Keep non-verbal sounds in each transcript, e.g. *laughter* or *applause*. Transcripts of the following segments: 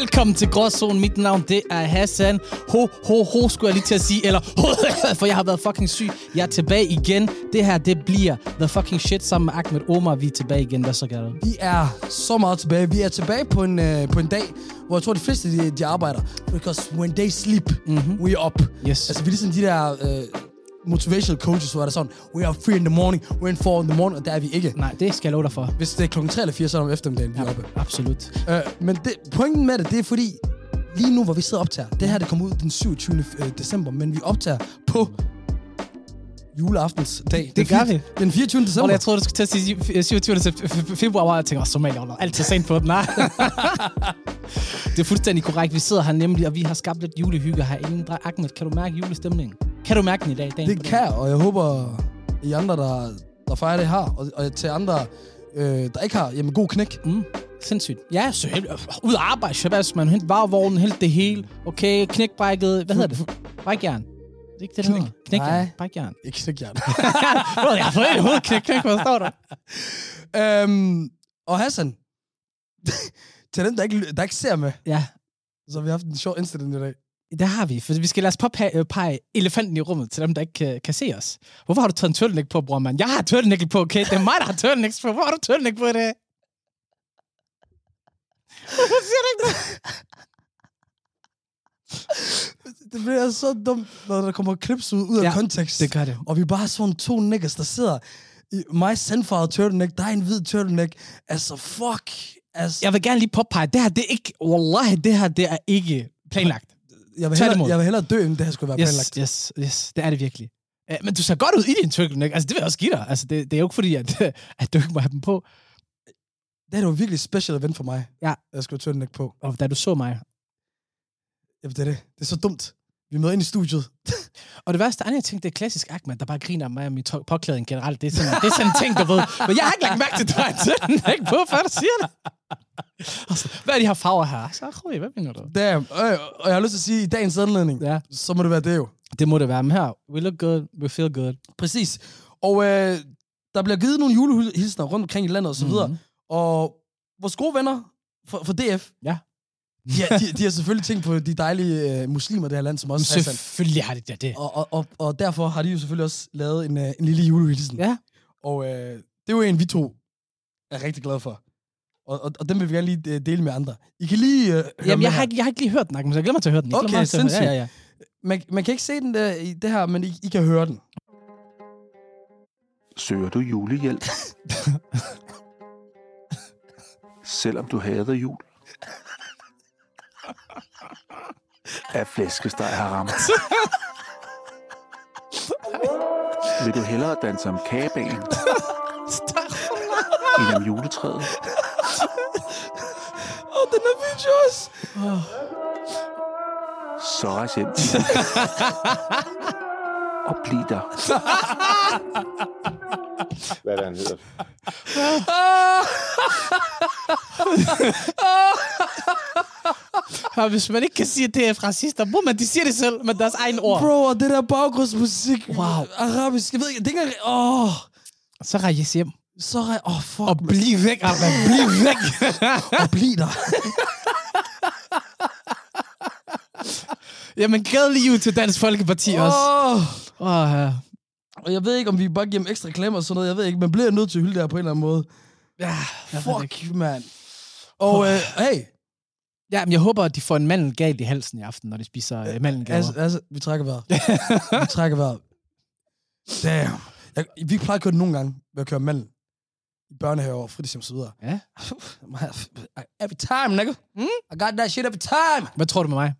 Velkommen til Gråzonen. Mit navn, det er Hassan. Ho, ho, ho, skulle jeg lige til at sige. Eller ho, *laughs* for jeg har været fucking syg. Jeg er tilbage igen. Det her, det bliver The Fucking Shit sammen med Ahmed Omar. Vi er tilbage igen. Hvad så, Gerald? Vi er så meget tilbage. Vi er tilbage på en, øh, på en dag, hvor jeg tror, de fleste de, de arbejder. Because when they sleep, mm-hmm. we are up. Mhm. Yes. Altså, vi er ligesom de der øh, motivational coaches, hvor der er sådan, we are free in the morning, we are in four in the morning, og der er vi ikke. Nej, det skal jeg love dig for. Hvis det er klokken 3 eller 4, så er det om eftermiddagen, vi er oppe. Absolut. Øh, men det, pointen med det, det er fordi, lige nu, hvor vi sidder og optager, det her, det kommer ud den 27. øh, december, men vi optager på juleaftens dag. Den gør fire- vi. Den 24. Og december. jeg troede, du skulle til at sige 27. sep- februar, og jeg tænker, også Somalia, hun er altid sent på den. Nej. *laughs* det er fuldstændig korrekt. Vi sidder her nemlig, og vi har skabt lidt julehygge herinde. Dre- Ahmed, kan du mærke julestemningen? Kan du mærke den i dag? dagen Det på dagen? kan jeg, og jeg håber, I andre, der, der fejrer det, har. Og, og til andre, øh, der ikke har, jamen god knæk. *laughs* Mm, sindssygt. Ja, så helt, øh, ud at arbejde, Shabazz, man. Hent varevognen, helt det hele. Okay, knækbrækket. Hvad hedder det? Brækjern. Det er ikke det, der hedder. Knækjern. Nej. Brækjern. Ikke *laughs* knæk, Jan. Bro, jeg har fået et hovedknæk, knæk, hvad står der? øhm, og Hassan, *laughs* til dem, der ikke, ly- der ikke ser med, Ja, så har vi haft en sjov incident i dag. det har vi, for vi skal lade os påpege øh, pege elefanten i rummet til dem, der ikke øh, kan, kan se os. Hvorfor har du taget en turtleneck på, bror, mand? Jeg har turtleneck på, okay? Det er mig, der har turtlenecks på. Hvorfor har du turtleneck på det? Hvorfor siger du ikke det? Det bliver så dumt, når der kommer clips ud, ud af Ja, kontekst. det gør det. Og vi er bare sådan to niggas, der sidder i mig sandfarvet turtleneck, der er en hvid turtleneck. Altså, fuck. Altså, Jeg vil gerne lige påpege, det her, det er ikke... Wallahi, det her, det er ikke planlagt. jeg, vil tværtimod. hellere, jeg vil hellere dø, end det her skulle være planlagt. Yes, yes, yes, det er det virkelig. Ja, men du ser godt ud i din turtleneck. Altså, det vil jeg også give dig. Altså, det, det er jo ikke fordi, at, *laughs* at du ikke må have dem på. Det her det var virkelig et special event for mig. Ja. Jeg skulle have turtleneck på. Og da du så mig. Jamen, det er det. Det er så dumt. Vi møder ind i studiet. Og det værste, er, at jeg tænkte, det er klassisk Ahmed, der bare griner af mig og min tøj- påklædning generelt. Det er sådan, det er sådan en ting, du ved. Men jeg har ikke lagt mærke til, at du har en turtleneck på, før du siger det. Altså, hvad er de her farver her? Så er hvad mener du? Damn. Øh, og jeg har lyst til at sige, i dagens anledning, Ja, så må det være det jo. det må det være. Men her, we look good, we feel good. Præcis. Og øh, der bliver givet nogle julehilsner rundt omkring i landet og så videre. Mhm. Og vores gode venner fra, fra DF, Ja. de, har- de, de har selvfølgelig tænkt på de dejlige øh, muslimer i det her land, som Men også er sandt. selvfølgelig har det der det. Og, og, og, og derfor har de jo selvfølgelig også lavet en, øh, en lille julehilsen. Ja. Og øh, det er jo en, vi to er rigtig glade for. Og, og, og den vil vi gerne lige øh, dele med andre. I kan lige øh, høre Jamen, med jeg har, her. ikke, jeg har ikke lige hørt den, Ahmed, så jeg glemmer til at høre den. Jeg Okay, glemmer til at høre den. Ja, sindssygt. ja, ja. Man, man kan ikke se den der, i det her, men I, I kan høre den. Søger du julehjælp? Selvom du hader jul? Er flæskesteg har ramt? Vil du hellere danse om kagebanen end om juletræet? Åh, oh, den er video også! Så rejs hjem. Og bliv der. hvad er det, han hedder? Og hvis man ikke kan sige, at det er fra racister, bror, man, de siger det selv med deres egen ord. Bro. Bro, og det der baggrundsmusik. Wow. Arabisk, jeg ved ikke, det er ikke engang- Åh, oh, Så rejse hjem. så er jeg... Åh, oh, fuck. Og bliv væk, Arman. Bliv væk. og bliv *laughs* der. *laughs* Jamen, glædelig jul til Dansk Folkeparti oh. også. Åh. Åh, ja. Og jeg ved ikke, om vi bare giver dem ekstra klemmer og sådan noget. Jeg ved ikke, man bliver nødt til at hylde det her på en eller anden måde. ja, jeg ved det ikke. Fuck, mand. Og øh, hey, ja, men jeg håber, at de får en mandel galt i halsen i aften, når de spiser øh, mandelgaver. altså, altså, vi trækker vejret. vi trækker vejret. Damn. Jeg, vi plejer at køre den nogle gange ved at køre manden i børnehaver og fritidshjem og så videre. Ja. *laughs* Every time, nigga. Mm. I got that shit every time. Hvad tror du med mig?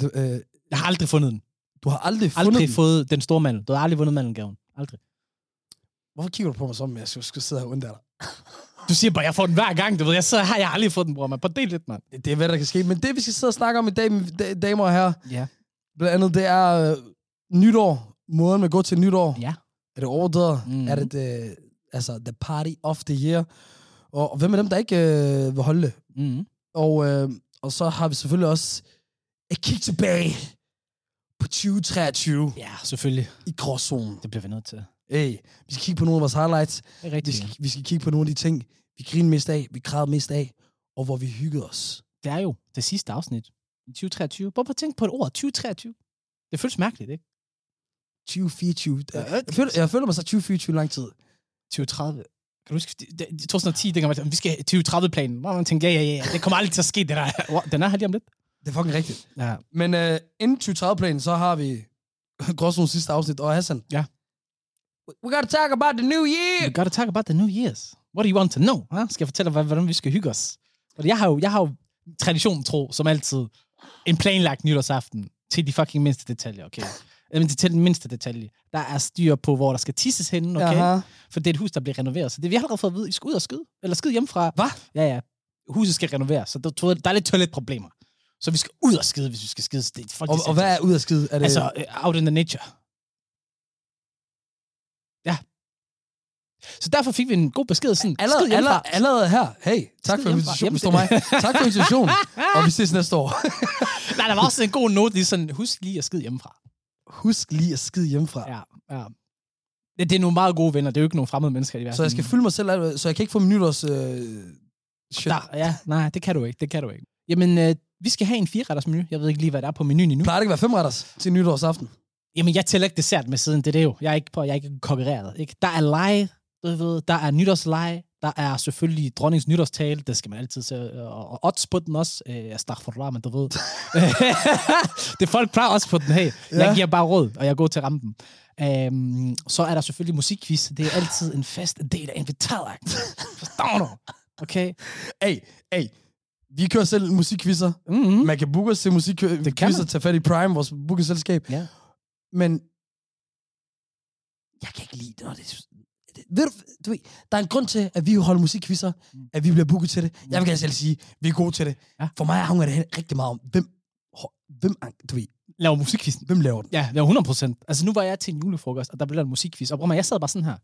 Du, øh, Jeg har aldrig fundet den. du har aldrig fundet Aldrig den. fået den store mandel. Du har aldrig vundet mandelgaven. Aldrig. Hvorfor kigger du på mig som, jeg skulle, skulle sidde her under dig? Du siger bare, jeg får den hver gang. Du ved, jeg sidder her, jeg har aldrig fået den, bror. Man, på det lidt, mand. Det er, hvad der kan ske. Men det, vi skal sidde og snakke om i dag, mine da- damer og herrer, Ja. blandt andet, det er øh, nytår. Måden med at gå til nytår. Ja. Er det overdrevet? Mhm. Mm. Er det, det altså, the party of the year? Og, og hvem er dem, der ikke øh, vil holde det? Mm-hmm. Og, øh, og så har vi selvfølgelig også et kig tilbage på 2023 Ja, selvfølgelig. i gråzonen. Det bliver vi nødt til. Hey, vi skal kigge på nogle af vores highlights. Det er Vi rigtigt. skal, vi skal kigge på nogle af de ting, vi grinede mest af, vi græd mest af, og hvor vi hyggede os. det er jo det sidste afsnit i 2023. Hvorfor tænke på et ord, 2023? Det føles mærkeligt, ikke? 2024. Jeg, jeg, øh, føler, jeg føler mig så 2024 lang tid. 2030. Kan du huske, det- det- 2010, dengang man tænkte, vi skal have 2030-planen. Hvor man tænkte, ja, ja, ja, det kommer aldrig til at ske, det der. *laughs* Wow, Den er her lige om lidt. Det er fucking rigtigt. Ja. Men øh, inden 2030-planen, så har vi *laughs* Gråsons sidste afsnit, og Hassan. Ja. We gotta talk about the new year! We gotta talk about the new years. What do you want to know? Huh? Skal jeg fortælle dig, hva- hvordan vi skal hygge os? Og jeg har jo, jeg har jo traditionen tro, som altid, en planlagt nytårsaften til de fucking mindste detaljer, okay? Jamen, til den mindste detalje. Der er styr på, hvor der skal tisses henne, okay? Aha. For det er et hus, der bliver renoveret. Så det vi har allerede fået at vide, I skal ud og skide. Eller skide hjemmefra. Hva? Ja, ja. Huset skal renoveres, så der, der er lidt toiletproblemer. Så vi skal ud og skide, hvis vi skal skide. Det, er folk, Og, de og hvad er ud af skide? Er det, Altså, øh, out in the nature. Ja. Så derfor fik vi en god besked. Sådan, allerede, skid hjemmefra. allerede, allerede her. Hey, tak Skid for hjemmefra. invitationen. Jamen, Forstå mig. Tak for invitationen. og vi ses næste år. Nej, der var også en god note, lige sådan, husk lige at skide hjemmefra. *laughs* Husk lige at skide hjemmefra. Ja, ja. Det, det er nogle meget gode venner, det er jo ikke nogle fremmede mennesker i verden. Så jeg skal fylde mig selv, af- så jeg kan ikke få min nytårs... Øh, shit. Der, ja, nej, det kan du ikke, det kan du ikke. Jamen, øh, vi skal have en fireretters menu. Jeg ved ikke lige, hvad der er på menuen endnu. Plejer det ikke at være femretters til nytårsaften? Jamen, jeg tæller ikke dessert med siden, det er det jo. Jeg er ikke, på, jeg er ikke konkurreret. Ikke? Der er lege, du ved, der er nytårsleje, der er selvfølgelig dronningens nytårstale, det skal man altid se, og, og odds på den også. Øh, Astaghfirullah, men du ved. *laughs* det folk plejer også på den, hey. Jeg Ja. giver bare råd, og jeg går til rampen. Øhm, så er der selvfølgelig musikquiz. Det er altid en fast del af inventaret. Forstår du? Okay? Hey, hey. Vi kører selv musikquizzer. Mm-hmm. Man Mm. kan booke os til Det kan musikquizzer. man. Tag fat i Prime, vores bookingselskab. Ja. Men jeg kan ikke lide det, når det er- det- ved du, du ved, der er en grund til, at vi holder musikkvisser, at vi bliver booket til det. Jeg vil gerne selv sige, at vi er gode til det. Ja. For mig hænger det hen- rigtig meget om, hvem, hå- hvem, ang- du ved, Laver musikquiz. hvem laver den? Ja, det var 100 procent. Altså, nu var jeg til en julefrokost, og der blev lavet en musikquiz. Og bror, man, jeg sad bare sådan her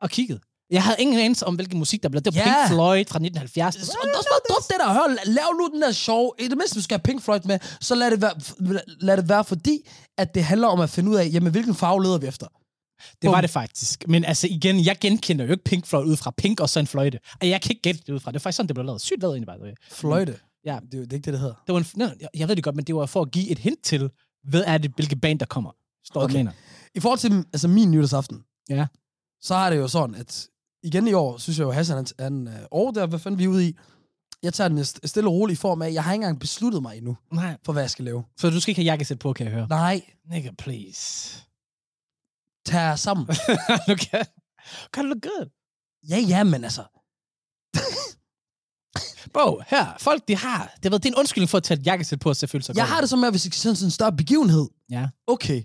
og kiggede. Jeg havde ingen anelse om, hvilken musik der blev. Det var Ja. Pink Floyd fra 1970. Så, og også bare drop det der, hør, lav nu den der show. I det mindste, du skal have Pink Floyd med, så lad det, være, lad det være, fordi at det handler om at finde ud af, jamen, hvilken farve leder vi efter. Det var det faktisk. Men altså igen, jeg genkender jo ikke Pink Floyd ud fra Pink og så en fløjte. Og jeg kan ikke gætte det ud fra. Det er faktisk sådan, det blev lavet. Sygt lavet egentlig bare. Det Fløjte. Ja. Det er jo det er ikke det, det hedder. var en, nej, jeg- jeg ved det godt, men det var for at give et hint til, hvad er det, hvilke band der kommer. Står okay. Okay. mener. I forhold til altså, min nytårsaften, Ja. så har det jo sådan, at igen i år, synes jeg jo, Hassan, han, han øh, og der, hvad fanden vi er ude i, jeg tager den st- stille og roligt i form af, at jeg har ikke engang besluttet mig endnu, Nej. for hvad jeg skal lave. Så du skal ikke have jakkesæt på, kan jeg høre. Nej, Nigga, please. *laughs* tag jer sammen. okay. Kan look good. ja, ja, men altså, Bro, her, folk de har, det, ved, det er en undskyldning for at tage et jakkesæt på og så føle sig jeg godt. har det som med, at hvis I skal sende sådan en større begivenhed. Ja. Okay.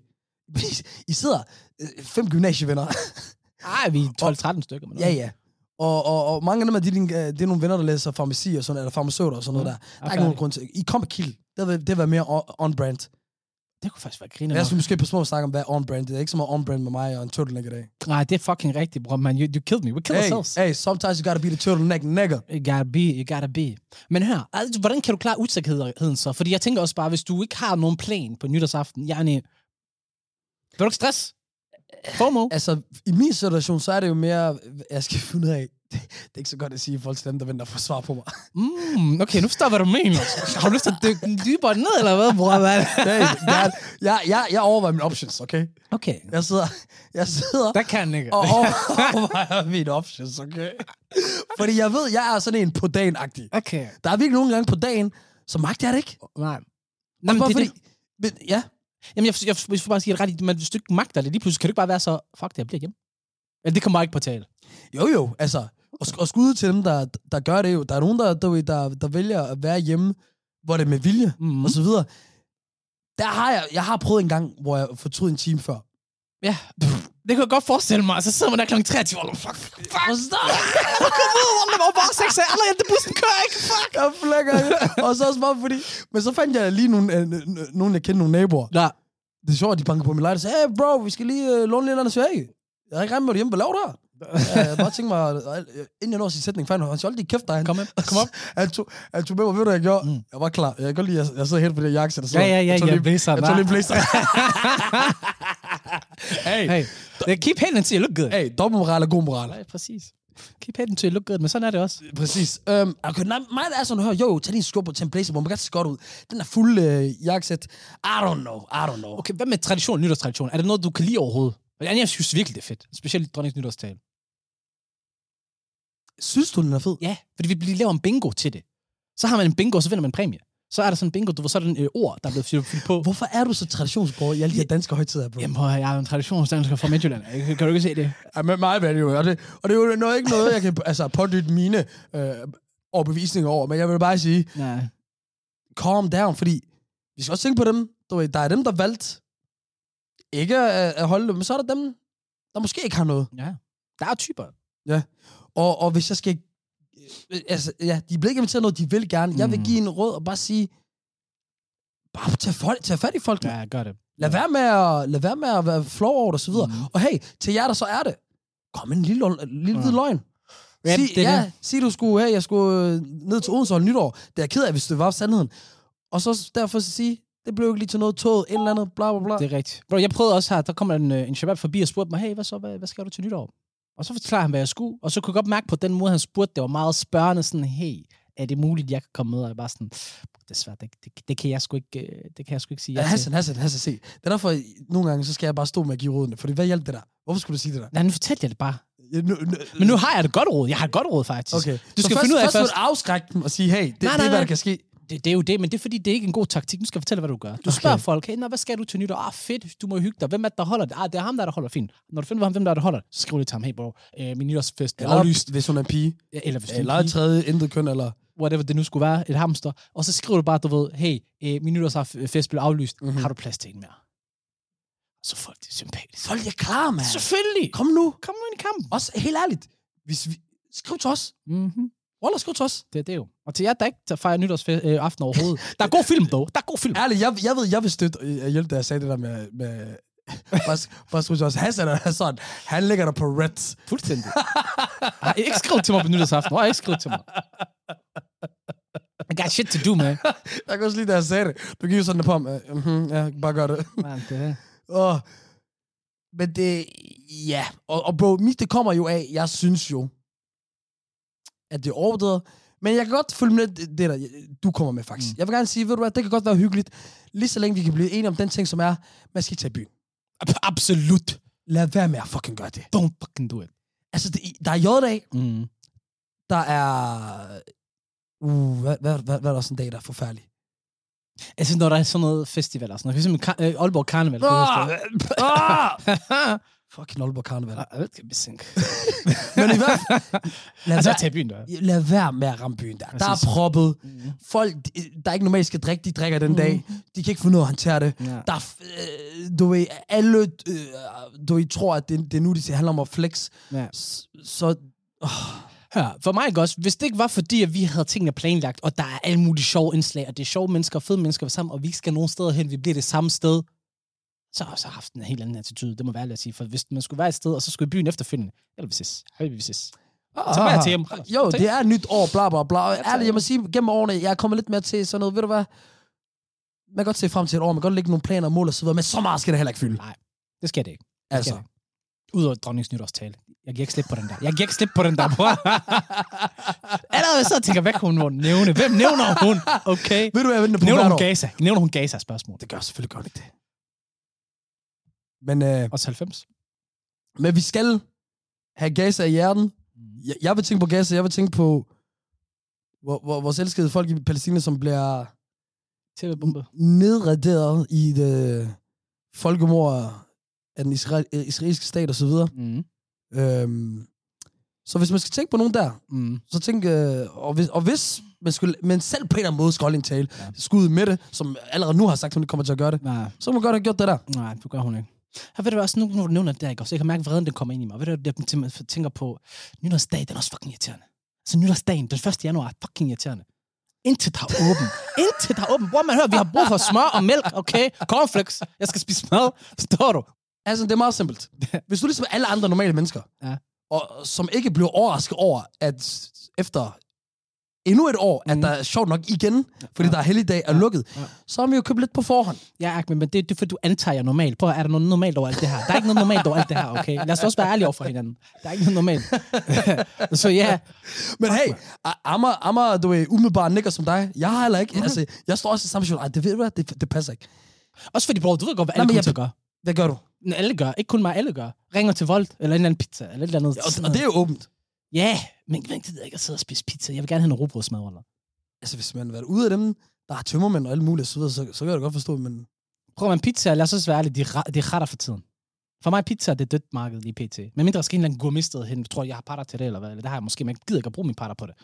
*laughs* I sidder øh, fem gymnasievenner. *laughs* Ej, vi er 12-13 stykker. Men ja, ja. Og, og, og mange af dem er, de, din- øh, det er nogle venner, der læser farmaci og sådan, eller farmaceuter og sådan Mm. noget der. Der er ikke nogen grund til. I kom med kild. Det vil, det vil være mere on- on-brand. Det kunne faktisk være griner. Men jeg skulle måske passe på at snakke om, hvad er on-brand. Det er ikke så meget on-brand med mig og en turtleneck i dag. Nej, det er fucking rigtigt, bro, man. You, you killed me. We killed Hey, ourselves. hey, sometimes you gotta be the turtleneck nigga. You gotta be, you gotta be. Men her, altså, hvordan kan du klare usikkerheden så? Fordi jeg tænker også bare, hvis du ikke har nogen plan på nytårsaften, yani, vil du ikke stress? FOMO? Altså, i min situation, så er det jo mere, jeg skal finde ud af, *laughs* det, det er ikke så godt at sige i forhold til dem, der venter for svar på mig. Mm, okay, nu forstår jeg, hvad du mener. Har du lyst til at dykke den dybere ned, eller hvad, bror, mand? *laughs* Hey, jeg, jeg, jeg, jeg overvejer mine options, okay? Okay, Jeg sidder, jeg *laughs* sidder der kan jeg ikke. og overvejer mine options, okay? Fordi jeg ved, jeg er sådan en på dagen-agtig. Okay, Der er virkelig nogle gange på dagen, så magter jeg det ikke. nej. Nå, Jamen, det, er det, Men, ja, Jamen, jeg, jeg, jeg, jeg får bare sige det ret i, men hvis du ikke magter det, lige pludselig kan du ikke bare være så, fuck det, jeg bliver hjemme. Eller det kommer bare ikke på tale. Jo, jo, altså. Og, sk- og skud ud til dem, der, der gør det jo. Der er nogen, der, der, der, der vælger at være hjemme, hvor det er med vilje, Mhm. mm. og så videre. Der har jeg, jeg har prøvet en gang, hvor jeg fortrød en time før. Ja, pff, det kunne jeg godt forestille mig. Altså, Så sidder man der kl. 23, og fuck, fuck, Forstår du? det var bare 6 af, allerede, det bussen kører ikke, fuck. Jeg flækker det. Og så også bare fordi... Men så fandt jeg lige nogle, øh, n- n- nogle jeg kendte, nogle naboer. Nå, Det er sjovt, at de banker på min lejr og sagde, hey bro, vi skal lige øh, låne lidt andet svæg. Jeg har ikke regnet med det hjemme, hvad laver du *laughs* her? jeg havde bare tænkt mig, øh, inden jeg når sin sætning, fandt han, hold lige kæft dig. kom ind, kom *laughs* op. Han tog, han tog med mig, ved du, hvad jeg gjorde? Mm. Mm. Jeg var klar. Jeg kan godt lide, at jeg, jeg sidder helt på det jakke, der Ja, sidder. ja, ja, jeg tog ja, lige, blazer, Jeg tog nej. lige blazer. hey, Hey, keep handen til, look good. hey, dobbeltmoral er god moral. Nej, præcis. Keep heading to a look good, men sådan er det også. Præcis. Øhm, okay, nej, mig der er sådan, hør, jo, tag din sko på, tag en blazer på, man kan se godt ud. Den er fuld øh, jakkesæt. I don't know, I don't know. Okay, hvad med tradition, nytårstradition? Er det noget, du kan lide overhovedet? Men jeg synes virkelig, det er fedt. Specielt dronningens nytårstale. Synes du, den er fed? Ja, fordi vi bliver- laver en bingo til det. Så har man en bingo, og så vinder man en præmie. Så er der sådan en bingo, du hvor så er der en øh, ord, der er blevet fyldt fyldt på. Hvorfor er du så traditionsbror i alle de her danske højtider, bro? Jamen, prøv at høre, jeg er jo en traditionsdansker fra Midtjylland. Kan du ikke se det? Ja, med mig er det jo. Og det, og det er jo noget, ikke noget, jeg kan altså, pådytte mine øh, overbevisninger over. Men jeg vil bare sige, Nej. calm down, fordi vi skal også tænke på dem. Du ved, der er dem, der valgte ikke at, at holde det, men så er der dem, der måske ikke har noget. Ja. Der er typer. Og, og hvis jeg skal... øh, Altså, ja, de bliver ikke inviteret noget, de vil gerne. Mm. Jeg vil Mm. give en råd og bare sige, bare tag, folk, tag fat i folk. Ja. Ja, gør det. Lad, være med at, lad være med at være flov over det, og så videre. Mm. Og hey, til jer, der så er det, kom en lille, løgn- en lille Ja. hvid løgn. Ja, Sig, det er ja, sig du skulle, hey, jeg skulle øh, ned til Odense og holde nytår. Det er jeg ked af, hvis det var sandheden. Og så derfor så sige, det blev ikke lige til noget toget, et eller andet, bla bla bla. Det er rigtigt. Bro, jeg prøvede også her, der kom en, øh, en shabab forbi og spurgte mig, hey, hvad så, hvad, hvad skal du til nytår? Og så forklarede han, hvad jeg skulle, og så kunne jeg godt mærke på den måde, han spurgte, det var meget spørgende, sådan, hey, er det muligt, jeg kan komme med? Og jeg bare sådan, desværre, det, det, det, kan jeg sgu ikke, øh, det kan jeg sgu ikke sige Ja, ja til. Hassan, Hassan, Hassan, se. Det er derfor, nogle gange, så skal jeg bare stå med at give rådene. Fordi hvad hjalp det der? Hvorfor skulle du sige det der? Nej, nu fortalte jeg det bare. Ja, nu, nu, Men nu har jeg et godt råd. Jeg har et godt råd, faktisk. Okay. Du Så skal først, finde ud af først. først. Først afskrække dem og sige, hey, det, Nej, nej, nej, det er, hvad nej. der kan ske. Det, det, er jo det, men det er fordi, det er ikke en god taktik. Nu skal jeg fortælle, hvad du gør. Du okay. spørger folk, hey, nå, hvad skal du til nytår? Ah, fedt, du må hygge dig. Hvem er det, der holder det? Ah, det er ham, der, er, der holder. Fint. Når du finder ud af, hvem der, er, der holder det, så skriv lige til ham, hey bro, øh, min nytårsfest er aflyst. hvis hun er en pige. Ja, Eller hvis du er en Eller pige. et tredje, intet køn, eller... whatever det nu skulle være, et hamster, og så skriver du bare, du ved, hey, øh, min nytårsfest blev aflyst, mm-hmm. har du plads til en mere? Så folk, det er sympatisk. Folk er klar, mand. Selvfølgelig! Kom, Kom nu. kom nu ind i kampen! Også helt ærligt. Hvis vi... Skriv til os. Mm-hmm. Wallah, skriv til os. Det er det jo. Og til jer, der ikke tager- fejrer nytårsaften øh, aften overhovedet, der er god film, dog. Der er god film. Ærligt, jeg, jeg ved, jeg vil støtte og hjælpe, da jeg sagde det der med... med *laughs* bare, bare skriv til os. Hassan er sådan. Han ligger der på red. Fuldstændig. *laughs* Ej, ikke skriv til mig på nytårsaften. Hvorfor ikke skriv til mig? I got shit to do, man. Jeg kan også lide, da jeg sagde det. Du gik jo sådan der på ham. øh, Mhm, ja, bare gør det. man det er. Åh. Men det, ja. Og, og bro, mit det kommer jo af, jeg synes jo, at det er overdrevet. Men jeg kan godt følge med det, det der, du kommer med faktisk. Mm. Jeg vil gerne sige, ved du hvad, det kan godt være hyggeligt, lige så længe vi kan blive enige om den ting, som er, man skal ikke tage i byen. Ab- Absolut. Lad være med at fucking gøre det. Don't fucking do it. Altså, det, der er J-dag, Mm. der er... Uh, hvad, hvad, hvad, hvad er der sådan en dag, der er forfærdelig? Altså, når der er sådan noget festival og sådan noget. For eksempel Ka- øh, Aalborg Karneval. på Hovedstaden. Ah! *laughs* fucking Aalborg Karneval. Jeg ved ikke, *laughs* sænke. Men i hvert fald... Lad Altså, være- jeg tager byen der. lad være med at ramme byen der. Der er Præcis. proppet. Mhm. Folk, de- der ikke normalt skal drikke, de drikker den dag. De kan ikke finde ud af at håndtere det. Mm. Ja. Der er, f- øh, du ved, alle, øh, du ved, tror, at det, det er nu, det handler om at flex. Ja. S- Så, Hør, for mig ikke også, hvis det ikke var fordi, at vi havde tingene planlagt, og der er alle mulige sjove indslag, og det er sjove mennesker og fede mennesker sammen, og vi ikke skal nogen steder hen, vi bliver det samme sted, så har jeg så haft en helt anden attitude, det må være ærligt at sige. For hvis man skulle være et sted, og så skulle i byen efterfølgende, eller vi ses, hey, vi ses. Ah. Så var jeg til hjem. jo, det er et nyt år, bla bla bla. tak. Ærligt, jeg må sige, gennem årene, jeg er kommet lidt mere til sådan noget, ved du hvad? Man kan godt se frem til et år, man kan godt lægge nogle planer og mål og så videre, men så meget skal det heller ikke fylde. Det skal det ikke. Altså. det. Udover dronningens nytårstale. Jeg giver ikke slip på den der. Jeg giver ikke slip på den der, *laughs* bror. Allerede så tænker jeg, hvad kunne hun må nævne? Hvem nævner hun? Okay. Ved du, hvad jeg venter på Nævner hvert hun år? Gaza? Nævner hun Gaza spørgsmål? Det gør jeg selvfølgelig godt ikke det. Men, øh, Også 90? Men vi skal have Gaza i hjernen. Jeg, jeg vil tænke på Gaza, jeg vil tænke på hvor, hvor, vores elskede folk i Palæstina, som bliver TV-bombe. nedraderet i et øh, folkemord af den israel, øh, israelske stat osv. Mm. Øhm, så hvis man skal tænke på nogen der, Mm. så tænk, øh, og, hvis, og hvis man, skulle, man selv på en eller anden måde skal holde en tale, Ja. ja. skud med det, som allerede nu har sagt, hun ikke kommer til at gøre det, Nej, så må man godt have gjort det der. nej, det gør hun ikke. Her ved du også, nu når du nævner det der, ikke også? Jeg kan mærke, at vreden den kommer ind i mig. Ved du, jeg tæ- tænker på, nytårsdag, den er også fucking irriterende. Altså nytårsdagen, den 1. januar, er fucking irriterende. Intet har åbent. Intet har åbent. Hvor man hører, vi har brug for smør og mælk, okay? Cornflakes. Jeg skal spise mad. Forstår du? Altså, det er meget *laughs* simpelt. Hvis du ligesom er alle andre normale mennesker, Ja. og som ikke bliver overrasket over, at efter endnu et år, mm. at der er sjovt nok igen, fordi ja. der er helligdag er lukket, ja. så har vi jo købt lidt på forhånd. Ja, Ahmed, men det, det er fordi, du antager normalt. Prøv at høre, er der noget normalt over alt det her? Der er ikke noget normalt over alt det her, okay? Lad os også være ærlige over for hinanden. Der er ikke noget normalt. *laughs* så ja, Men hey, A- Amager, Amager, du er umiddelbart nikker som dig. Jeg har heller ikke, mm. altså, jeg står også i samme situation. Ej, det ved du hvad, det, det passer ikke. også fordi, bror, du ved godt, hvad alle men kommer jeg- til at gøre. Hvad gør du? Men Alle gør, ikke kun mig, alle gør. Ringer til Volt, eller en eller anden pizza, eller et eller andet. Og, og det er jo åbent. Ja, men men det gider jeg ikke at sidde og spise pizza. Jeg vil gerne have noget rugbrødsmad, eller? Altså, hvis man har været ude af dem, der er tømmermænd og alt muligt, så, videre, så, så kan jeg da godt forstå, men Prøv man pizza, lad os også være ærlige, de, ra- de retter for tiden. For mig pizza er det dødt marked lige pt. Men mindre der skal en eller anden gourmetsted hen, tror jeg, jeg har patter til det, eller hvad? Eller det har jeg måske, men jeg gider ikke at bruge min patter på det.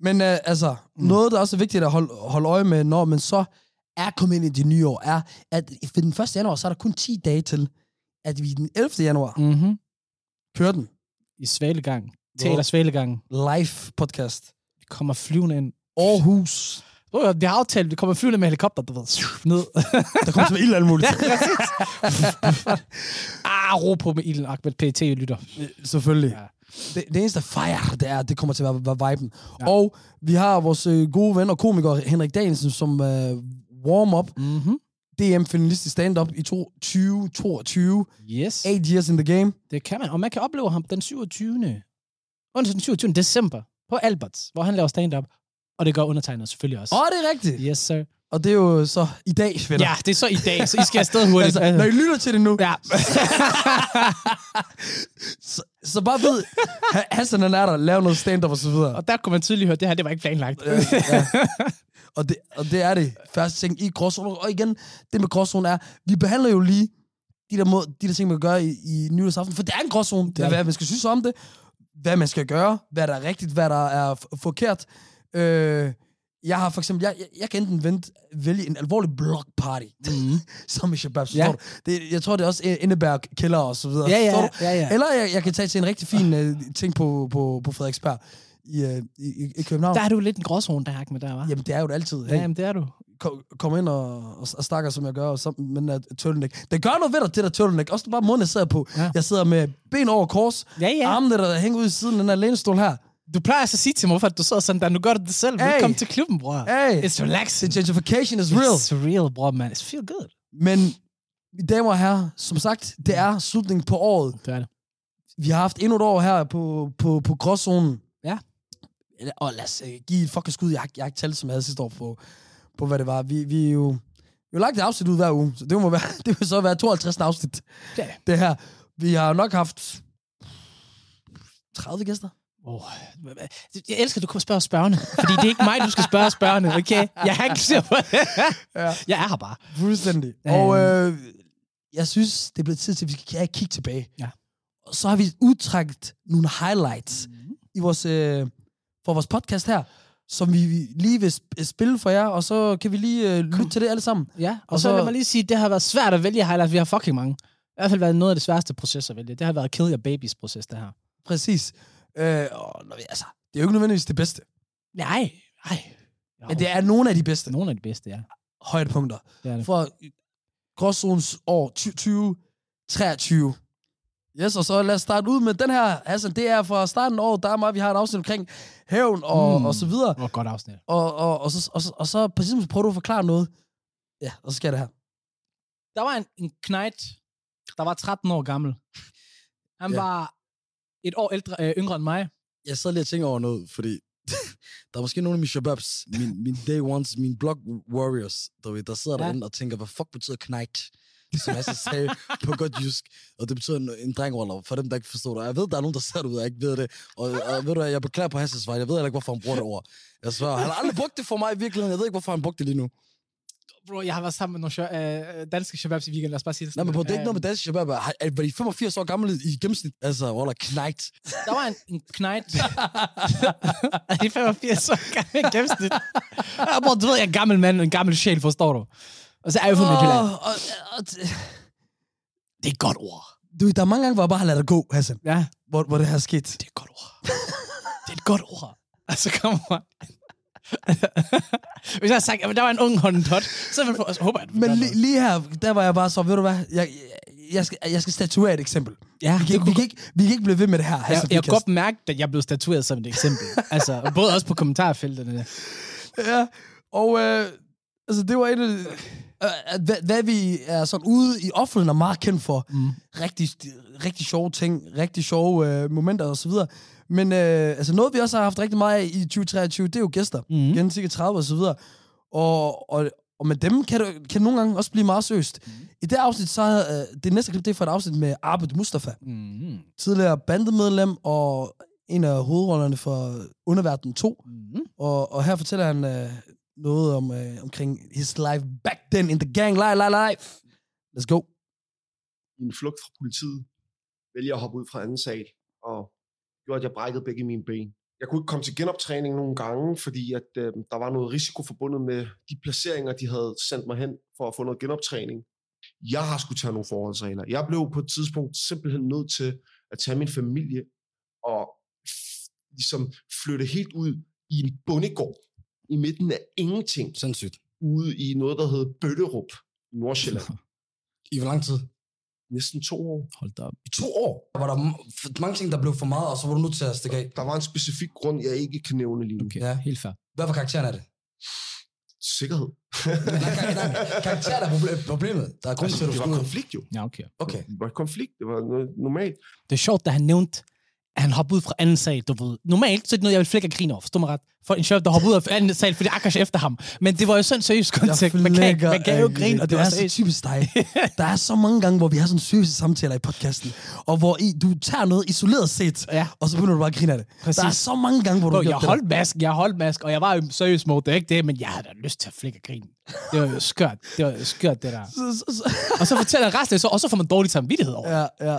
Men øh, altså, mm. noget, der også er vigtigt at holde, holde øje med, når man så er kommet ind i det nye år, er, at for den 1. januar, så er der kun 10 dage til, at vi den 11. januar mm. Mm-hmm. kører den I Svalegang. Taler Svalegang. live podcast. Vi kommer flyvende ind. Aarhus. Prøv at høre, det er aftalt, vi kommer flyvende med helikopter, du ved. Ned. *laughs* Der kommer til at være ild og alt muligt. ah, ro på med ilden, Ahmed PT lytter. *laughs* Selvfølgelig. Ja. Ja. Det, det eneste fire, det er, det kommer til at være, være viben. Ja. Ja. Og vi har vores øh, gode ven og komiker Henrik Danielsen som øh, warm-up Mm-hmm. DM-finalist i stand-up i to- 2022. Yes, 8 years in the game. det kan man. Og man kan opleve ham den 27. Onsdag den 27. december på Alberts, hvor han laver stand-up. Og det gør undertegnet selvfølgelig også. Åh, oh, det er rigtigt. Yes, sir. Og det er jo så i dag, Svender. Ja, det er så i dag, så I skal afsted hurtigt. Altså, når I lytter til det nu, Ja. så, så bare ved, Ha- Hassan han er der, lav noget stand-up og så videre. og der kunne man tydeligt høre, at det her, det var ikke planlagt. Ja, ja. Og, det, og det er det. Første ting i gråzonen. Og igen, det med gråzonen er, vi behandler jo lige de der, måde, de der ting, man gør i, i nytårsaften. For det er en gråzone. Det er er, hvad man skal synes om det. Hvad man skal gøre. Hvad der er rigtigt. Hvad der er f- forkert. Øh, jeg har for eksempel, jeg, jeg, jeg kan enten vente, vælge en alvorlig block party, mm. *laughs* som i Shabab, så Mhm. Ja. ja. du. Det, jeg tror, det også øh, indebærer kælder og så videre. Ja, ja, forstår du? ja, ja. Eller jeg, jeg kan tage til en rigtig fin øh, ting på, på, på Frederiksberg i, øh, i, i- i København. Der er du lidt en gråzone, der med der, var. Jamen, det er jo det altid. Hey, Jamen, det er du. ko- kom ind og, og, og snakker, som jeg gør, og så, men at turtleneck. Det gør noget ved dig, det der turtleneck. Også bare måden, jeg sidder på. Ja. Ja. Jeg sidder med ben over kors, Ja, ja. ja. armene, der hænger ud i siden af den her lænestol her. Du plejer altså at sige til mig, hvorfor at du sidder sådan der. Nu gør du det selv. Hey. Velkommen til klubben, bror. Hey, It's relaxing. gentrification is real. It's real, bror, man. It's feel good. Men, mine damer og herrer, som sagt, det er slutningen på året. Det er det. Vi har haft endnu et år her på, på, på gråzonen. Ja. Eller- Og lad os øh, give et fucking skud. Jeg har, jeg har ikke talt, som jeg havde sidste år på, på hvad det var. Vi, vi er jo... Vi har lagt et afsnit ud hver uge, så det, må være, *laughs* det vil så være 52 afsnit. Ja. det her. Vi har nok haft 30 gæster. Oh, jeg elsker, at du kommer og spørger spørgende. Fordi det er ikke mig, du skal spørge spørgende, okay? Jeg er ikke sikker på det. Ja. Jeg er her bare. Fuldstændig. Øhm. Og øh, jeg synes, det er blevet tid til, at vi skal k- kigge tilbage. Ja. Og så har vi udtrækket nogle highlights Mhm. i vores, øh, for vores podcast her, som vi lige vil sp- øh, spille for jer, og så kan vi lige øh, lytte til det alle sammen. Ja, og, og Og så, så så- lad mig lige sige, det har været svært at vælge highlights. Vi har fucking mange. Det har i hvert fald været noget af det sværeste proces at vælge. Det har været Kill Your Babies proces, det her. Præcis. Øh, og, når vi, altså, det er jo ikke nødvendigvis det bedste, Nej, nej. men det er nogle af de bedste Nogle af de bedste, ja. højdepunkter. Det er det. Mm. for Gråzones år 2023. Yes, og så lad os starte ud med den her. Altså, det er fra starten af året, der er meget, vi har et afsnit omkring hævn og, Mm. mm. og så videre. Det var et godt afsnit. Og, og, og, så, og, så, og så præcis prøver du at forklare noget. Ja, og så sker det her. Der var en, en knight, der var 13 år gammel. Han Ja. ja. var et år ældre, øh, yngre end mig. jeg sad lige og tænkte over noget, fordi *laughs* der er måske nogle af mine shababs, min, min day ones, mine block warriors, der, ved, der sidder Ja. ja. derinde og tænker, hvad fuck betyder knight? Som jeg så sagde på godt jysk. Og det betyder en, en dreng, Wallah, for dem, der ikke forstår det. Og jeg ved, der er nogen, der sidder derude, og ikke ved det. Og, og ved du hvad, jeg beklager på Hassels vej. Jeg ved heller ikke, hvorfor han bruger det ord. Jeg svarer, han har aldrig brugt det for mig i virkeligheden. Jeg ved ikke, hvorfor han brugte det lige nu. Bro, jeg har været sammen med nogle sjø- øh, danske shababs i weekenden, lad os bare sige det. Nej, sådan. men bro, det er ikke Øhm, noget med dansk shabab. Har- er- Var de 85 år gamle i gennemsnit? Altså, Wallah, knight. Der var en, en knight. *laughs* Er de 85 år gammel i gennemsnit? Ja, bror, du ved, jeg er en gammel mand, en gammel sjæl, forstår du? Og så er jeg fra Midtjylland. og, og, og, Det er et godt ord. du, ved, der er mange gange, hvor jeg bare har ladet det gå, Hassan. Ja, Hvor, hvor det her er sket. det er et godt ord. Det er et godt ord. Altså, kom on. *laughs* Hvis jeg har sagt, at der var en ung hottentot, så ville jeg få- altså, håber jeg, at Men li, lige her, der var jeg bare så, ved du hvad, jeg, jeg, jeg skal, jeg skal statuere et eksempel. Ja, Vi kan, ikke, vi, kan ikke, vi kan ikke blive ved med det her. jeg, Hassan jeg kan Fikast. godt mærke, at jeg blev statueret som et eksempel. altså, og både også på kommentarfelterne. Ja, og øh, altså, det var et af... Øh, at hvad, hvad vi er sådan ude i offentligheden er meget kendt for. Mm. Rigtig, rigtig sjove ting, rigtig sjove øh, momenter osv. Men øh, altså noget, vi også har haft rigtig meget af i 2023, det er jo gæster. Mm. Gennem cirka 30 osv. Og, og, og med dem kan det, kan det nogle gange også blive meget søst. Mm. I det afsnit, så havde, øh, det næste klip, det er fra et afsnit med Abed Mustafa. Mm. Tidligere bandemedlem og en af hovedrollerne for Underverden 2. Mm. Og, og her fortæller han øh, noget om øh, omkring his life back then in the gang. Life, life, life. Let's go. i en flugt fra politiet, vælger at hoppe ud fra anden sal, og gjorde, at jeg brækkede begge mine ben. Jeg kunne ikke komme til genoptræning nogle gange, fordi at, øh, der var noget risiko forbundet med de placeringer, de havde sendt mig hen for at få noget genoptræning. Jeg har skulle tage nogle forholdsregler. Jeg blev på et tidspunkt simpelthen nødt til at tage min familie og f- ligesom flytte helt ud i en bondegård i midten af ingenting, Sindssygt. ude i noget, der hed Bøllerup i Nordsjælland. I hvor lang tid? Næsten to år. Hold da op. I to år. Der var der m- f- mange ting, der blev for meget, og så var du nødt til at stikke af. Der var en specifik grund, jeg ikke kan nævne lige nu. Okay. Okay, Ja. ja. helt fair. Hvad var karakteren af det? Sikkerhed. Nej, kar- nej, karakteren er proble- problemet. Der er grund til, at Altså, du Altså, det var skulle... konflikt jo. Ja, okay. Okay. Det var konflikt. Det var noget normalt. Det er sjovt, da han nævnte, at han hoppede ud fra anden sal, du ved. Normalt så er det noget, jeg vil flække og grine over, forstå mig ret. For en chef, der hoppede ud af anden sal, fordi Akash er efter ham. Men det var jo sådan en seriøs kontekst. Man kan, man kan jo grine, og det det var er så seriøst. typisk *laughs* dig. Der er så mange gange, hvor vi har sådan seriøse samtaler i podcasten, og hvor I, du tager noget isoleret set, Ja. og så begynder du bare at grine af det. Præcis. Der er så mange gange, hvor du Bro, har gjort jeg det holdt masken, jeg holdt masken, og jeg var jo i seriøs mode, det er ikke det, men jeg havde da lyst til at flække og grine. Det var jo skørt, det var jo skørt, det der. der. Så- så- så- Og så fortæller han resten, af det, så, og så får man dårlig samvittighed over. det. Ja, ja.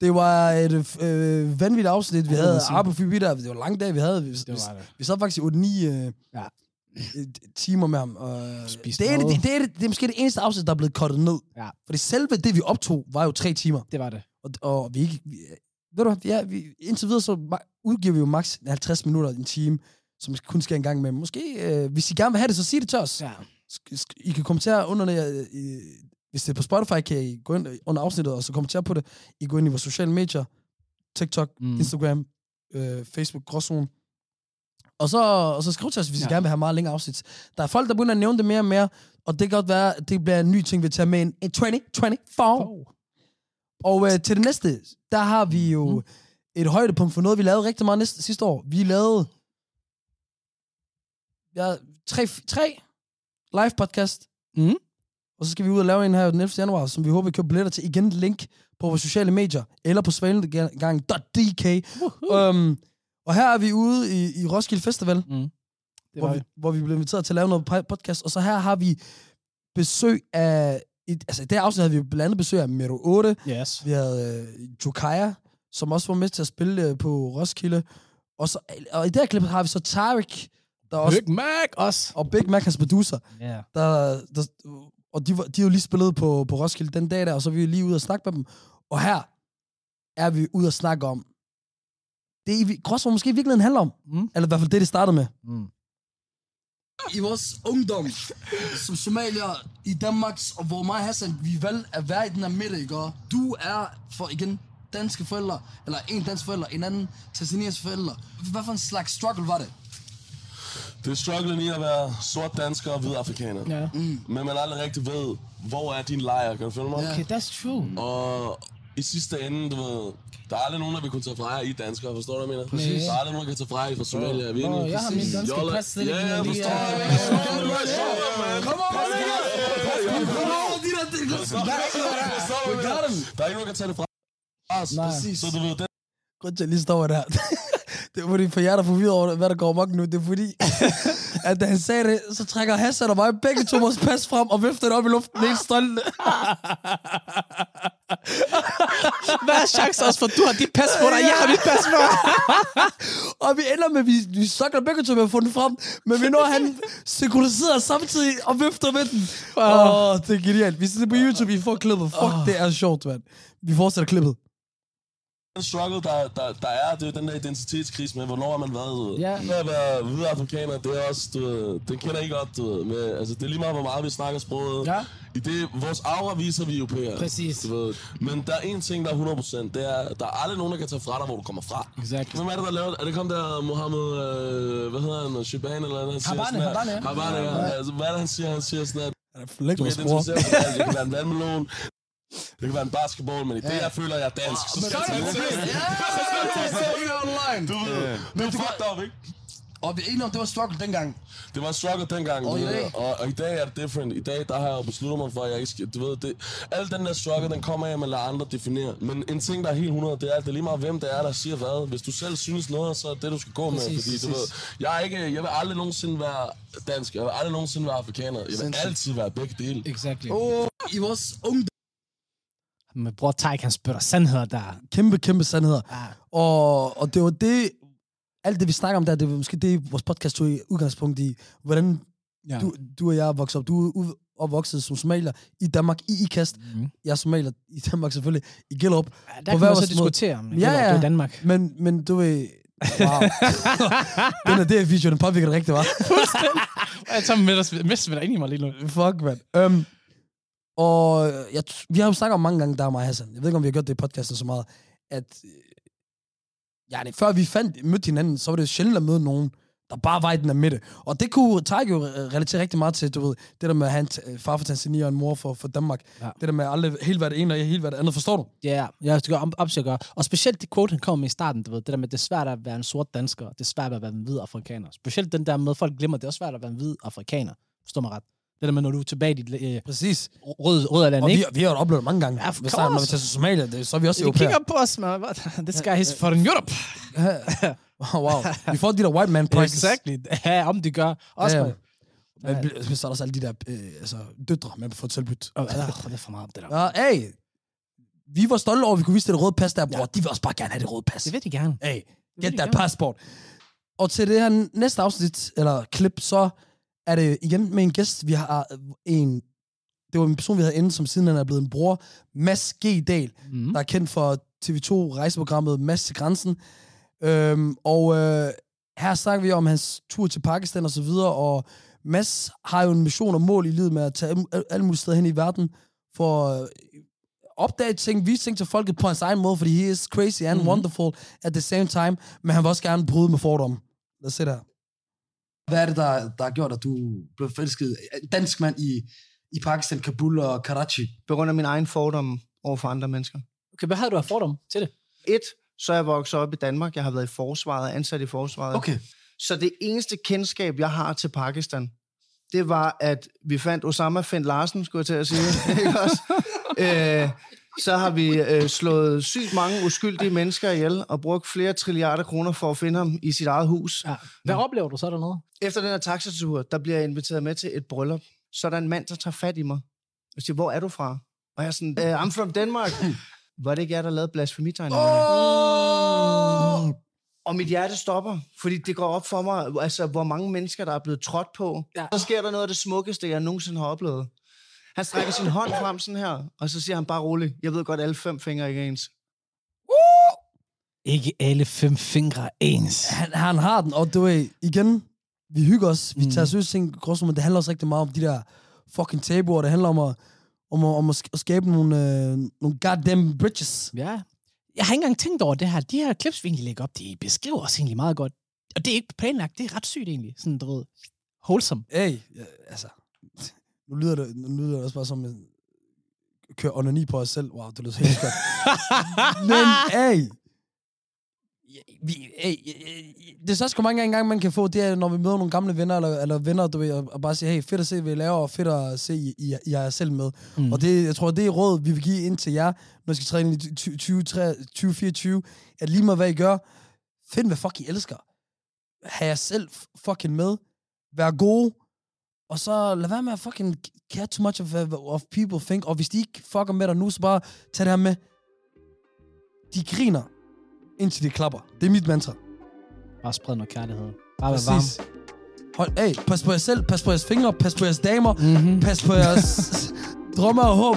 Det var et øh, vanvittigt afsnit, vi må havde. man sige. Arbe Fybi der, det var en lang dag, vi havde. Vi, det var vi, det. vi sad faktisk i 8-9 øh, Ja. ja. timer med ham. Og Spiste det, er, mad. det, det, er, det, det er måske det eneste afsnit, der er blevet kottet ned. Ja. Fordi selve det, vi optog, var jo tre timer. Det var det. Og, og vi ikke... Vi, øh, ved du, hvad, vi er, vi, indtil videre, så ma- udgiver vi jo maks 50 minutter en time, som kun sker en gang med. Måske, øh, hvis I gerne vil have det, så sig det til os. Ja. Sk- sk- I kan kommentere under det, øh, i, hvis det er på Spotify, kan I gå ind øh, under afsnittet og så kommentere på det. I går ind i vores sociale medier, TikTok, Mm. mm. Instagram, øh, Facebook, Gråzone. Og så, og så skriv til os, hvis ja. Ja. I gerne vil have meget længere afsnit. Der er folk, der begynder at nævne det mere og mere, og det kan godt være, at det bliver en ny ting, vi tager med ind i 2024. Oh. Og øh, til det næste, der har vi jo Mhm. mm. et højdepunkt for noget, vi lavede rigtig meget næste, sidste år. Vi lavede ja, tre, tre live podcast. Mhm. Og så skal vi ud og lave en her den 11. januar, som vi håber, vi køber billetter til. Igen link på vores sociale medier, eller på svalengang.dk. Um, og her er vi ude i, i Roskilde Festival, Det hvor var vi, hvor vi blev inviteret til at lave noget pod- podcast. Og så her har vi besøg af... Et, altså i det her afsnit havde vi blandt andet besøg af Mero 8, Yes. vi havde øh, Jokaya, som også var med til at spille øh, på Roskilde. Og, så, og i det her klip har vi så Tarek, der også, Big Mac også. og Big Mac, hans producer. Ja. Der, der, og de, var- de er jo lige spillet på, på Roskilde den dag der, og så er vi jo lige ude og snakke med dem. Og her er vi ude og snakke om det, i vi- Gråsvor måske i virkeligheden handler om. Mm. Mm. Eller i hvert fald det, det startede med. Mm. I vores ungdom, som somalier i Danmark, og hvor mig og Hassan, vi valgte at være i den her midte, ikke? Og Du er for igen danske forældre, eller en dansk forælder, en anden tanzanias forældre. Hvad for en slags struggle var det? Det er strugglen i at være sort dansker og hvid afrikaner. Ja. Men man aldrig rigtig ved, hvor er din lejr, kan du følge mig? Ja. Okay, that's true. Og i sidste ende, du ved, der er aldrig nogen, der vil kunne tage fra jer, I er danskere, forstår du, hvad jeg mener? Præcis. Der er aldrig nogen, der kan tage fra jer, I er fra Somalia, er vi enige? jeg har min Præcis. danske Jolla- pas siddende Ja, lige ja, nu, forstår lige, du? øh, Kom on, man! Forstår du, hvad jeg mener? Der er ikke nogen, der kan tage det fra os, præcis. Så du ved, den Grunden til, at jeg lige står der. *laughs* det er fordi, for jer, der er forvirret over, hvad der går amok nu, det er fordi, at da han sagde det, så trækker Hassan og mig begge to vores pas frem og vifter det op i luften helt stolte. *laughs* Hvad er chance også for, du har dit pas på dig, jeg har mit pas på dig. *laughs* Og vi ender med, at vi, vi sokler begge to med at få den frem, men vi når han synkroniserer samtidig og vifter med den. Åh, oh, det er genialt. Vi sidder på YouTube, vi får klippet. Fuck, det er sjovt, mand. Vi fortsætter klippet. struggle, der, der, der er, det er jo den der identitetskrise med, hvornår har man været, du ved. Ja. Med at være hvide afrikaner, det er også, du ved, den kender I godt, du ved, med, altså det er lige meget, hvor meget vi snakker sproget. Ja. I det, vores aura viser vi europæer. Præcis. Du ved. Men der er en ting, der er 100%, det er, der er aldrig nogen, der kan tage fra dig, hvor du kommer fra. Exactly. Hvem er det, der laver det? Er det kom der Mohammed, øh, hvad hedder han, Shibane eller noget? han siger Habane, sådan her- Habane, ja. Habane, ja. Altså, hvad er det, han siger? Han siger sådan, at Læg du mig kan spor. identificere dig med alt. Det kan være en vandmelon, det kan være en basketball, men i det, jeg føler, jeg er dansk, så skal jeg tage det. Så skal jeg tage det. online. Du ved, det er fucked up, ikke? Og vi er enige om, det var struggle dengang. Det var en struggle dengang, Og du i ved, dag? og, og i dag er det different. I dag, der har jeg jo besluttet mig for, at jeg ikke skal, du ved, det, al den der struggle, den kommer af, at man lader andre definere. Men en ting, der er helt 100, det er, at det er lige meget, hvem det er, der siger hvad. Hvis du selv synes noget, så er det det, du skal gå med, Præcis, fordi du ved, præcis. jeg, er ikke, jeg vil aldrig nogensinde være dansk, jeg vil aldrig nogensinde være afrikaner. Jeg vil Sindssygt. altid være begge dele. Exactly. Oh, I vores ungdom. Men bror Tyke, han spytter sandheder der. Kæmpe, kæmpe sandheder. Ah. Og, og det var det, alt det vi snakker om der, det var måske det, vores podcast tog i udgangspunkt i, hvordan Ja. ja. du, du og jeg er vokset op. Du er ud- opvokset som somalier i Danmark, i IKAST. Mhm. Mm. Jeg er somalier i Danmark selvfølgelig, i Gellerup. Ja, der På kan hver man så vores måde. diskutere, om det Ja, gælder, ja. det er *laughs* Danmark. Men, men du ved... Wow. den er det video, den påvirker det rigtigt, var. Jeg tager med dig, mister mig ind i mig lige nu. Fuck, mand. Um, og jeg, t- vi har jo snakket om mange gange, der og mig og Hassan. Jeg ved ikke, om vi har gjort det i podcasten så meget, at øh, ja, det, før vi fandt, mødte hinanden, så var det sjældent at møde nogen, der bare var i den der midte. Og det kunne Tarek jo øh, relatere rigtig meget til, du ved, det der med at have en t- øh, far fra Tanzania og en mor for, for Danmark. Ja. Ja. Det der med aldrig helt være det ene og helt være det andet, forstår du? Ja, yeah, jeg skal gøre opsøge gøre. Og specielt det quote, han kom med i starten, du ved, det der med, det er svært at være en sort dansker, det er svært at være en hvid afrikaner. Specielt den der med, folk glemmer, det er også svært at være en hvid afrikaner. Forstår mig ret? Det der med, når du er tilbage i dit øh, Præcis. rød, rød land, Og vi, ikke? vi har jo oplevet det mange gange. Ja, Ja, of Hvis der, når vi course. tager til Somalia, det, så er vi også Vi europæer. kigger på os, man. What? *laughs* This guy is from Europe. *laughs* wow. Vi får de der *laughs* white man prices. Exactly. Ja, om de gør. Også, Ja, ja, ja. ja. Men bl- så er der også alle de der øh, altså, døtre, man får tilbudt. Oh, det er for meget, det der. Ja, hey, vi var stolte over, at vi kunne vise det røde pas der, bror. Ja. De vil også bare gerne have det røde pas. Det vil de gerne. Hey, vil get de that gerne. passport. Og til det her næste afsnit, eller klip, så er det igen med en gæst. Vi har øh, en, det var en person, vi havde inde, som siden han er blevet en bror. Mads G. Dahl, Mhm. mm. der er kendt for TV2-rejseprogrammet Mads til grænsen. Øhm, og øh, her snakker vi om hans tur til Pakistan og så videre, og Mads har jo en mission og mål i livet med at tage al- alle mulige steder hen i verden for at opdage ting, vise ting til folket på hans egen måde, fordi he is crazy and Mhm. mm-hmm. wonderful at the same time, men han vil også gerne bryde med fordomme. Lad os se der. Hvad er det, der, der har gjort, at du blev forelsket dansk mand i, i Pakistan, Kabul og Karachi? på grund af min egen fordom over for andre mennesker. Okay, hvad havde du af fordom til det? Et, så er jeg vokset op i Danmark. Jeg har været i forsvaret, ansat i forsvaret. Okay. Så det eneste kendskab, jeg har til Pakistan, det var, at vi fandt Osama Fendt Larsen, skulle jeg til at sige. Ikke også? Øh, så har vi øh, slået sygt mange uskyldige mennesker ihjel og brugt flere trilliarder kroner for at finde ham i sit eget hus. Ja. Hvad oplever du så dernede? Efter den her taxatur, der bliver jeg inviteret med til et bryllup. Så er der en mand, der tager fat i mig og siger, hvor er du fra? Og jeg er sådan, "Øh, I'm from Denmark. Var det ikke jer, der lavede blasfemitegningerne? Oh! Og mit hjerte stopper, fordi det går op for mig, altså, hvor mange mennesker, der er blevet trådt på. Ja. Ja. Så sker der noget af det smukkeste, jeg nogensinde har oplevet. Han strækker sin hånd frem sådan her, og så siger han bare roligt, jeg ved godt, alle fem fingre ikke er ens. Ikke alle fem fingre er ens. Han, han har den, og du ved, igen, vi hygger os, vi Mm. mm. tager seriøst ting, gråsrum, men det handler også rigtig meget om de der fucking tabuer, det handler om at, om at, om at sk- at skabe nogle, øh, nogle goddamn bridges. Ja. Jeg har ikke engang tænkt over det her. De her clips, vi egentlig lægger op, de beskriver os egentlig meget godt. Og det er ikke planlagt. Det er ret sygt egentlig. Sådan, du ved, wholesome. *laughs* Hey, ja, altså, nu lyder det, nu lyder det også bare som en køre onani på os selv. Wow, det lyder helt skørt. men hey, vi, hey, det er så også, hvor mange gange man kan få, det er, når vi møder nogle gamle venner, eller, eller venner, du ved, og, og bare sige, hey, fedt at se, hvad I laver, og fedt at se, I, I, I er selv med. Mm. Mm. Og det, jeg tror, det er råd, vi vil give ind til jer, når I skal træne i 2024, at lige med hvad I gør, find hvad fuck I elsker. Ha' jer selv f- fucking med. Vær gode. Og så lad være med at fucking care too much of, of people think. Og hvis de ikke fucker med dig nu, så bare tag det her med. De griner, indtil de klapper. Det er mit mantra. Bare spred noget kærlighed. Bare være varm. Præcis. Hold af. Hey, pas på jer selv. Pas på jeres fingre. Pas på jeres damer. Mm-hmm. *laughs* Pas på jeres... Drømme og håb.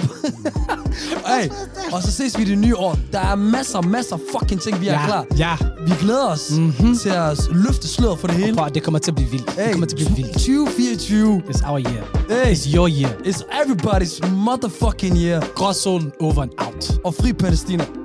hey, og så ses vi i det nye år. Der er masser, masser fucking ting, vi har ja, klar. ja. Vi glæder os mm-hmm. til at løfte sløret for det hele. Prøv, at- det kommer til at blive vildt. Det kommer til at blive vildt. 2024 It's our year. Hey. It's your year. is everybody's motherfucking year. Gråzonen over and out. Og fri Palæstina.